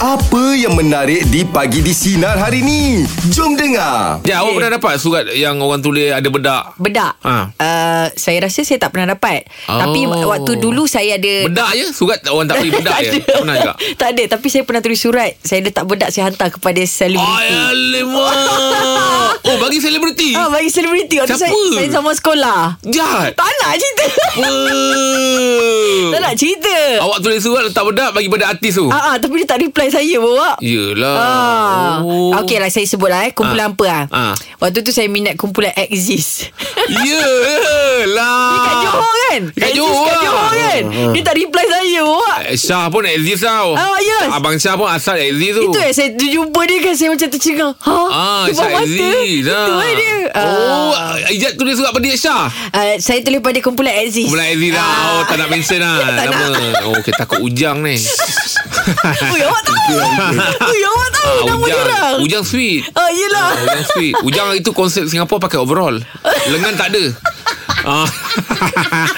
Apa yang menarik di pagi di sinar hari ni? Jom dengar. Dia Ya, Eh. awak pernah dapat surat yang orang tulis ada bedak. Bedak Ha. uh, Saya rasa saya tak pernah dapat Oh. oh. Tapi waktu dulu saya ada Bedak je surat orang tak beri bedak je. Tak pernah juga. tak ada Tapi saya pernah tulis surat Saya letak bedak Saya hantar kepada selebriti Alamak. Oh bagi selebriti. Ah, bagi selebriti Waktu Siapa? saya, saya zaman sekolah Jahat. Tak nak cerita Apa? Tak nak cerita Awak tulis surat letak bedak bagi bedak artis tu. Ah, ah, Tapi dia tak reply saya bawa Yelah. Ah. Ya. Oh. Okey lah saya sebut lah eh Kumpulan Ah. apa lah Ah. Waktu tu saya minat kumpulan Exist Yelah. Kat Johor kan Dekat Exist Ah. Johor. lah. Ah. Kat Johor kan Dia tak reply saya bawa Eh, Syah pun exist tau. Ah, yes. Abang Syah pun asal exist tu. Itu eh saya jumpa dia kan Saya macam tercengang Ha? Ah, Depan Syah exist. Itu ah. eh dia Oh, Ah. Ijat tulis surat pada Syah. Ah, Saya tulis pada kumpulan Exist Kumpulan Aziz lah Ah. Oh tak nak mention lah Tak Nama Oh kita takut Ujang ni Ui awak tahu Ui awak tahu Ah, Nama dia Ujang orang Ujang sweet Oh yelah Ah, Ujang sweet Ujang itu konsep Singapura pakai overall Lengan tak ada Ah.